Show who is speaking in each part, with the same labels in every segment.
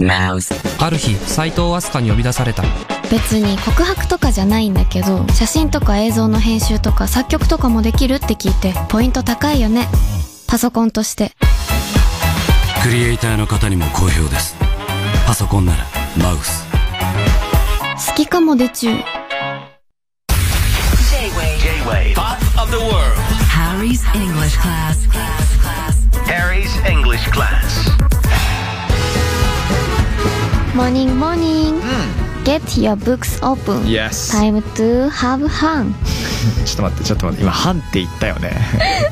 Speaker 1: Mouse.
Speaker 2: ある日斎藤飛鳥に呼び出された
Speaker 3: 別に告白とかじゃないんだけど写真とか映像の編集とか作曲とかもできるって聞いてポイント高いよねパソコンとして
Speaker 4: クリエイターの方にも好評ですパソコンならマウス
Speaker 3: 好きかもでちゅう
Speaker 5: Harry's English class.
Speaker 6: Harry's English class.
Speaker 3: モーニングモーニング Get your books open
Speaker 7: Yes
Speaker 3: Time to have fun
Speaker 7: ちょっと待ってちょっと待って今「ハン」って言ったよね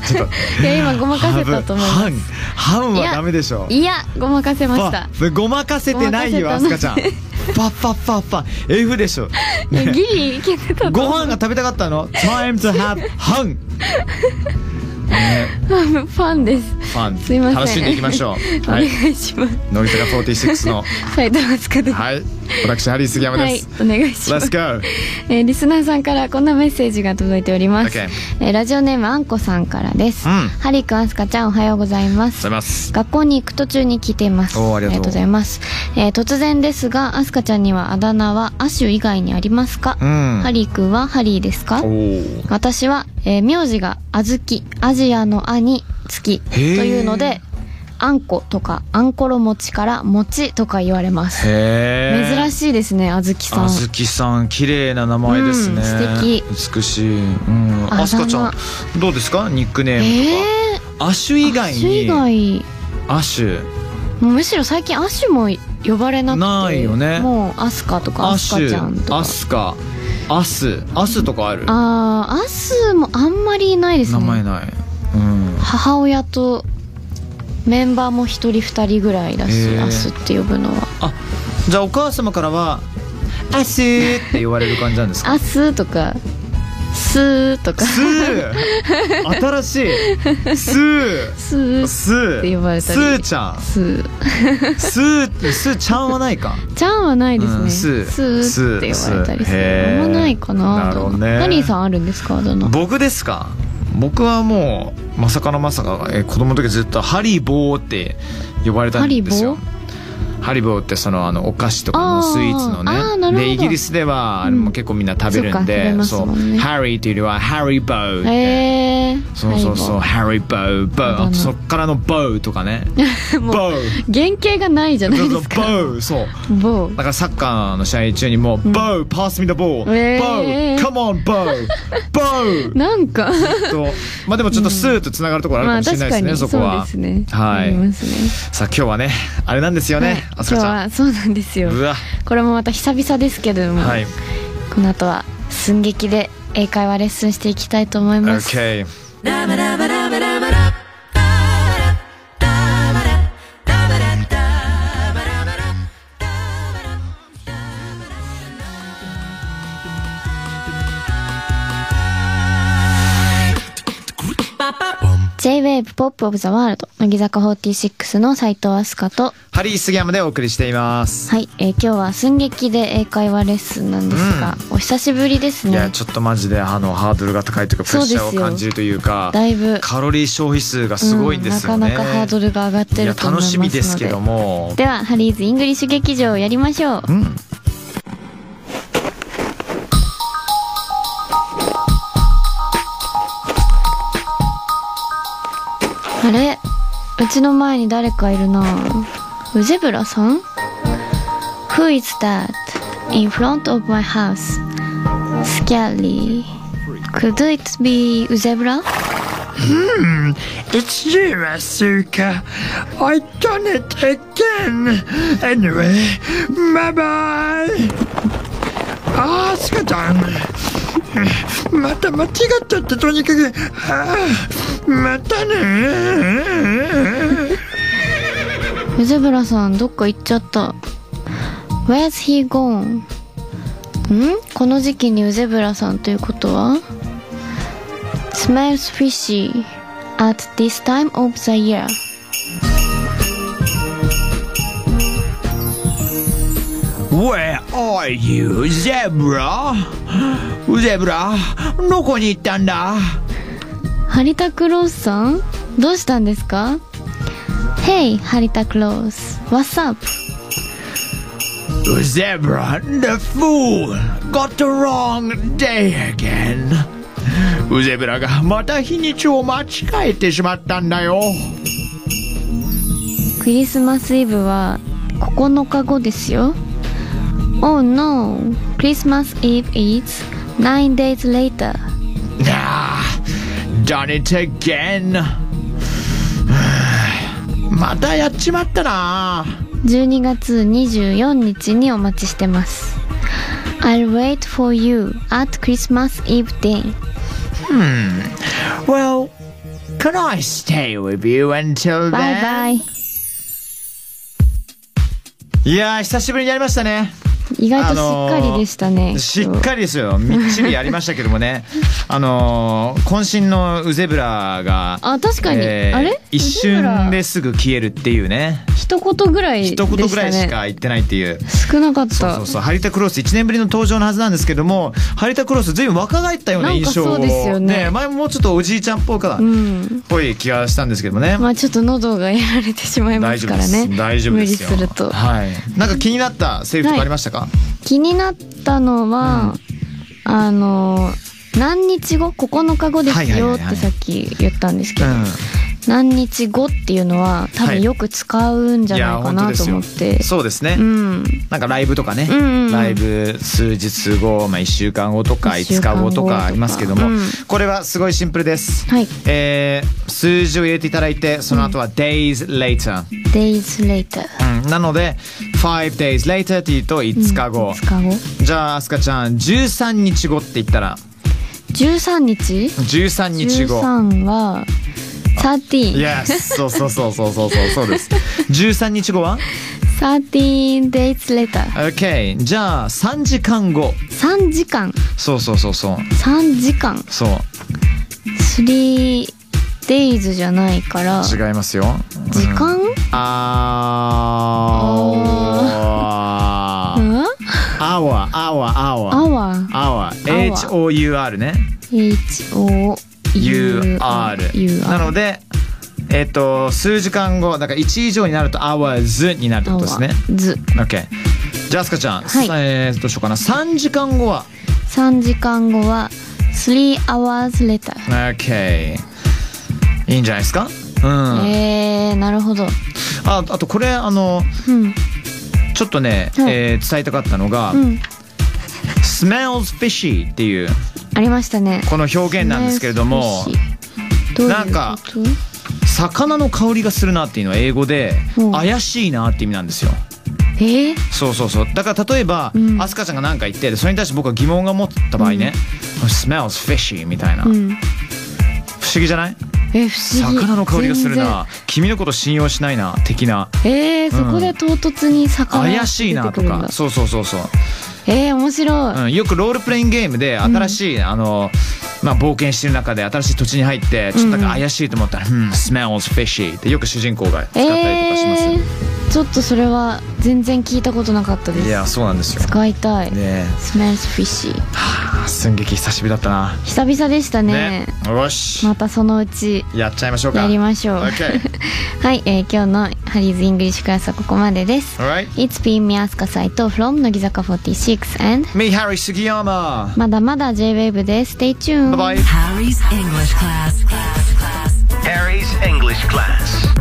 Speaker 7: ちょっと
Speaker 3: いや今ごまかせたと思いま
Speaker 7: ハンハンはダメでしょ
Speaker 3: すいやごまかせました
Speaker 7: パごまかせてないよ
Speaker 3: ごま
Speaker 7: ア
Speaker 3: かせ
Speaker 7: ス
Speaker 3: た
Speaker 7: カちゃんパッパッパッパ F で しょ
Speaker 3: いやギリいけてたと
Speaker 7: ご
Speaker 3: 思う
Speaker 7: 飯が食べたかったの Time to have fun ね
Speaker 3: ファンです
Speaker 7: ファン
Speaker 3: すいません
Speaker 7: 楽しんでいきましょう
Speaker 3: お
Speaker 7: は
Speaker 3: 願
Speaker 7: い
Speaker 3: いします
Speaker 7: 乃木坂46の
Speaker 3: 埼玉塚です
Speaker 7: はい私ハリー杉山
Speaker 3: は
Speaker 7: で
Speaker 3: い
Speaker 7: す、
Speaker 3: お願いします
Speaker 7: Let's go
Speaker 3: えーリスナーさんからこんなメッセージが届いております、
Speaker 7: Okay
Speaker 3: えーラジオネームあんこさんからです、
Speaker 7: うん
Speaker 3: ハリーくんあすかちゃんおはようございま
Speaker 7: ご
Speaker 3: す
Speaker 7: ざいます
Speaker 3: 学校に行く途中に聞いています
Speaker 7: おーありがとう
Speaker 3: ございます、えー突然ですがあすかちゃんにはあだ名はアシュ以外にありますか、
Speaker 7: うん
Speaker 3: ハリーくんはハリーですか
Speaker 7: おー
Speaker 3: 私は、えー名字があずきアジアのあに月と
Speaker 7: へー
Speaker 3: いうのであんことかあんころ餅から餅とか言われます
Speaker 7: へー
Speaker 3: 珍しいですねあずきさ
Speaker 7: あ
Speaker 3: ん
Speaker 7: ずきさん綺麗な名前ですね、
Speaker 3: うん素敵
Speaker 7: 美しい、うん、
Speaker 3: あ
Speaker 7: あすかちゃんどうですかニックネー
Speaker 3: え
Speaker 7: ムとか、
Speaker 3: ー
Speaker 7: アシュ以外
Speaker 3: アッシュ以
Speaker 7: に
Speaker 3: 外
Speaker 7: アシュ
Speaker 3: もうむしろ最近アッシュも呼ばれなくて
Speaker 7: ないよね
Speaker 3: もうアスカとかアスカちゃんとか
Speaker 7: アスカアスアスとかある
Speaker 3: あーアスもあんまりいないです
Speaker 7: 名前
Speaker 3: ね
Speaker 7: ないうん
Speaker 3: 母親とメンバーも一人二人ぐらいだし
Speaker 7: へー
Speaker 3: アスって呼ぶのは
Speaker 7: あじゃあお母様からは「アス」って言われる感じなんですか
Speaker 3: アスとかスーとか
Speaker 7: スー新しい スー
Speaker 3: スー
Speaker 7: スー
Speaker 3: って呼ばれたり
Speaker 7: スーちゃん
Speaker 3: スー
Speaker 7: スースーちゃんはないか
Speaker 3: ちゃんはないですね、
Speaker 7: うん
Speaker 3: ス
Speaker 7: ス
Speaker 3: ー
Speaker 7: ー
Speaker 3: って呼ばれたりす
Speaker 7: スー
Speaker 3: る
Speaker 7: へー
Speaker 3: あんまないかな
Speaker 7: なるほどね
Speaker 3: ハリーさんあるんですかあだ名
Speaker 7: 僕ですか僕はもうまさかのまさか、えー子供の時ずっとハリボーって呼ばれたんですよ
Speaker 3: ハリ
Speaker 7: ハリボーってそのあのお菓子とか
Speaker 3: あ
Speaker 7: の
Speaker 3: ー
Speaker 7: スイーツの
Speaker 3: あーなるほ
Speaker 7: ね
Speaker 3: ど
Speaker 7: でイギリスではあれも結構みんな食べるん
Speaker 3: う
Speaker 7: で、
Speaker 3: んそ
Speaker 7: そ
Speaker 3: っ
Speaker 7: う
Speaker 3: か食べますもんね
Speaker 7: ハリーっていうよりはハリボーって、
Speaker 3: へえ
Speaker 7: そうそうそうハリボーボ
Speaker 3: あだ
Speaker 7: ー
Speaker 3: 名
Speaker 7: あそっからのボーとか ねボー
Speaker 3: 原型がないじゃな
Speaker 7: そう
Speaker 3: い
Speaker 7: そ
Speaker 3: で
Speaker 7: う
Speaker 3: す
Speaker 7: ボ
Speaker 3: か
Speaker 7: ーそう
Speaker 3: ボー
Speaker 7: だからサッカーの試合中にもう、ボーパスミ the ボー、
Speaker 3: えー
Speaker 7: ボーカモンボーボ ー
Speaker 3: なんか
Speaker 7: とまあでもちょっとスーッとつながるところあるか
Speaker 3: まあ
Speaker 7: もしれ
Speaker 3: 確
Speaker 7: ないで
Speaker 3: かに
Speaker 7: すね、そこ
Speaker 3: そう
Speaker 7: は
Speaker 3: ですね
Speaker 7: は
Speaker 3: あり
Speaker 7: い
Speaker 3: ますね
Speaker 7: さあ今日はねあれなんですよね
Speaker 3: はい今
Speaker 7: あす
Speaker 3: 日
Speaker 7: かちゃ
Speaker 3: はそうなんですよ
Speaker 7: んうわ
Speaker 3: これもまた久々ですけれども、
Speaker 7: はい
Speaker 3: この後は寸劇で英会話レッスンしていきたいと思います、
Speaker 7: OK
Speaker 3: ェ J-WAVE POP of the WORLD 乃木坂46の斉藤飛鳥と
Speaker 7: ハリー杉山でお送りしています、
Speaker 3: はい、えー今日は寸劇で英会話レッスンなんですが、お久しぶりです
Speaker 7: いや
Speaker 3: ね
Speaker 7: ちょっとマジであのハードルが高いというかプレッシャー
Speaker 3: そう
Speaker 7: を
Speaker 3: ですよ
Speaker 7: 感じるというか
Speaker 3: だいぶ
Speaker 7: カロリー消費数がすごいんです
Speaker 3: う
Speaker 7: よね、
Speaker 3: んなかなかハードルが上がってると思います
Speaker 7: や楽しみですけども
Speaker 3: ではハリーズイングリッシュ劇場をやりましょう、あれうちの前に誰かいるなウゼブラさん Who is that in front of my house? Scary Could it be ウゼブラ
Speaker 8: It's you, Asuka. I done it again. Anyway, bye bye. Asuka ちゃん。また間違っちゃってとにかく。ああまたね。
Speaker 3: ウゼブラさんどっか行っちゃった Where's he gone? んこの時期にウゼブラさんということは Smells fishy at this time of the year
Speaker 8: Where are you, Zebra? Zebra, どこに行ったんだ
Speaker 3: ハリタクロースさんどうしたんですか Hey ハリタクロース What's up?
Speaker 7: Zebra, the fool, got the wrong day again. ウゼブラがまた日にちを間違えてしまったんだよ。
Speaker 3: クリスマスイブは9日後ですよ Oh no! Christmas Eve is 9 days later
Speaker 7: Ah, done it again. またやっちまったな。
Speaker 3: 12月24日にお待ちしてます I'll wait for you at Christmas Eve day
Speaker 7: Well, can I stay with you until
Speaker 3: Bye
Speaker 7: then?
Speaker 3: bye
Speaker 7: いやー、久しぶりにやりましたね。
Speaker 3: 意外としっかりでしたね、
Speaker 7: しっかりですよみっちりやりましたけど もねあのー渾身のウゼブラが
Speaker 3: あ確かにあれ
Speaker 7: 一
Speaker 3: ウゼブラ
Speaker 7: 瞬ですぐ消えるっていうね
Speaker 3: 一言ぐらいでした
Speaker 7: 一
Speaker 3: ね
Speaker 7: 言ぐらいしか言ってないっていう。
Speaker 3: 少なかった
Speaker 7: そうそうそうハリタクロス1年ぶりの登場のはずなんですけどもハリタクロス随分若返ったような
Speaker 3: なんか
Speaker 7: 印象を
Speaker 3: そうですよね
Speaker 7: 前ももうちょっとおじいちゃんっぽいか、
Speaker 3: うん
Speaker 7: ぽい気がしたんですけどもね、
Speaker 3: まあちょっと喉がやられてしまいま
Speaker 7: 大
Speaker 3: す
Speaker 7: 丈夫
Speaker 3: か
Speaker 7: で
Speaker 3: らね
Speaker 7: す大丈夫ですよ
Speaker 3: 無理すると
Speaker 7: はいなんか気になったセリフとかありましたか、
Speaker 3: 気になったのは、あの何日後9日後です
Speaker 7: はいはい
Speaker 3: よ
Speaker 7: は
Speaker 3: っ
Speaker 7: いはい
Speaker 3: てさっき言ったんですけ
Speaker 7: う
Speaker 3: ど、
Speaker 7: ん
Speaker 3: 何日後っていうのは多
Speaker 7: は
Speaker 3: 分
Speaker 7: い
Speaker 3: よく使うんじゃないか
Speaker 7: いや本当
Speaker 3: な
Speaker 7: で
Speaker 3: と
Speaker 7: す
Speaker 3: 思
Speaker 7: よ
Speaker 3: って、
Speaker 7: そうですね、
Speaker 3: うん
Speaker 7: なんかライブとかね、
Speaker 3: うんうんうん
Speaker 7: ライブ数日後、まあ、1週間後とか
Speaker 3: 一週
Speaker 7: 5
Speaker 3: 間
Speaker 7: 日
Speaker 3: 後
Speaker 7: 後
Speaker 3: とか
Speaker 7: とかありますけども、
Speaker 3: うん
Speaker 7: これはすごいシンプルです、
Speaker 3: はい
Speaker 7: えー数字を入れていただいてその後は days later、
Speaker 3: days later
Speaker 7: うんなので5 days later って言うと5日後、
Speaker 3: 2日後
Speaker 7: じゃあアスカちゃん13日後って言ったら
Speaker 3: 13日
Speaker 7: 13日後
Speaker 3: 13は 13,
Speaker 7: Yes そうそうそうそうそうそうそうです13日後は
Speaker 3: 13 days later
Speaker 7: OK じゃあ3時間後
Speaker 3: 3時間
Speaker 7: そうそうそうそう
Speaker 3: 3時間
Speaker 7: そう
Speaker 3: 3days じゃないから時
Speaker 7: 違いますよ
Speaker 3: 間、
Speaker 7: あ
Speaker 3: う
Speaker 7: ー
Speaker 3: ん、
Speaker 7: あわあわあわ
Speaker 3: hour
Speaker 7: あわ HOUR ね
Speaker 3: H O
Speaker 7: UR
Speaker 3: U
Speaker 7: なのでえっと数時間後だから1以上になると hours になるってことですね
Speaker 3: ず
Speaker 7: OK じゃあアスカちゃん、
Speaker 3: はい
Speaker 7: えーどうしようかな3時間後は
Speaker 3: 三時間後は three hours later。
Speaker 7: OK いいんじゃないですかうん、
Speaker 3: えー、なるほど。
Speaker 7: ああとこれあの
Speaker 3: うん
Speaker 7: ちょっとね、
Speaker 3: はい
Speaker 7: えー伝えたかったのが「
Speaker 3: うん
Speaker 7: smells fishy」っていう
Speaker 3: ありましたね。
Speaker 7: この表現なんですけれども
Speaker 3: ねどういうこと
Speaker 7: なんか魚の香りがするなっていうのは英語で
Speaker 3: うん
Speaker 7: 怪しいなって意味なんですよ
Speaker 3: えー、
Speaker 7: そうそうそうだから例えば、
Speaker 3: うん
Speaker 7: アスカちゃんが何か言ってそれに対して僕は疑問が持った場合ね「smells fishy」みたいな、
Speaker 3: う
Speaker 7: 不思
Speaker 3: ん。
Speaker 7: 議じゃない
Speaker 3: え不思議。
Speaker 7: 魚の香りがするな君のこと信用しないな的な
Speaker 3: 全然。えー、そこで唐突に魚が出てくるんだ。
Speaker 7: 怪しいなとかそうそうそうそう、
Speaker 3: えー、面白い。
Speaker 7: うん、よくロールプレイングゲームで新しい、あのまあ、冒険してる中で新しい土地に入ってちょっとなんか怪しいと思ったら「うん、smells fishy」ってよく主人公が使ったりとかしますよ、
Speaker 3: えー、ちょっとそれは全然聞いたことなかったで
Speaker 7: い
Speaker 3: す。
Speaker 7: やそうなんですよね
Speaker 3: 使いたい。
Speaker 7: え
Speaker 3: smells fishy。
Speaker 7: 寸劇久しぶりだったな
Speaker 3: 久々でしたね
Speaker 7: よし
Speaker 3: またそのうち
Speaker 7: やっちゃいましょうか
Speaker 3: やりましょう
Speaker 7: OK
Speaker 3: はい、えー今日のハリーズイングリッシュクラスはここまでです、
Speaker 7: Alright
Speaker 3: It's been me アスカサイト from 乃木坂46 and
Speaker 7: Me Harry Sugiyama
Speaker 3: まだまだ JWAVE です Stay tuned
Speaker 7: Bye bye
Speaker 5: Harry's English class. class, class.
Speaker 6: Harry's English class.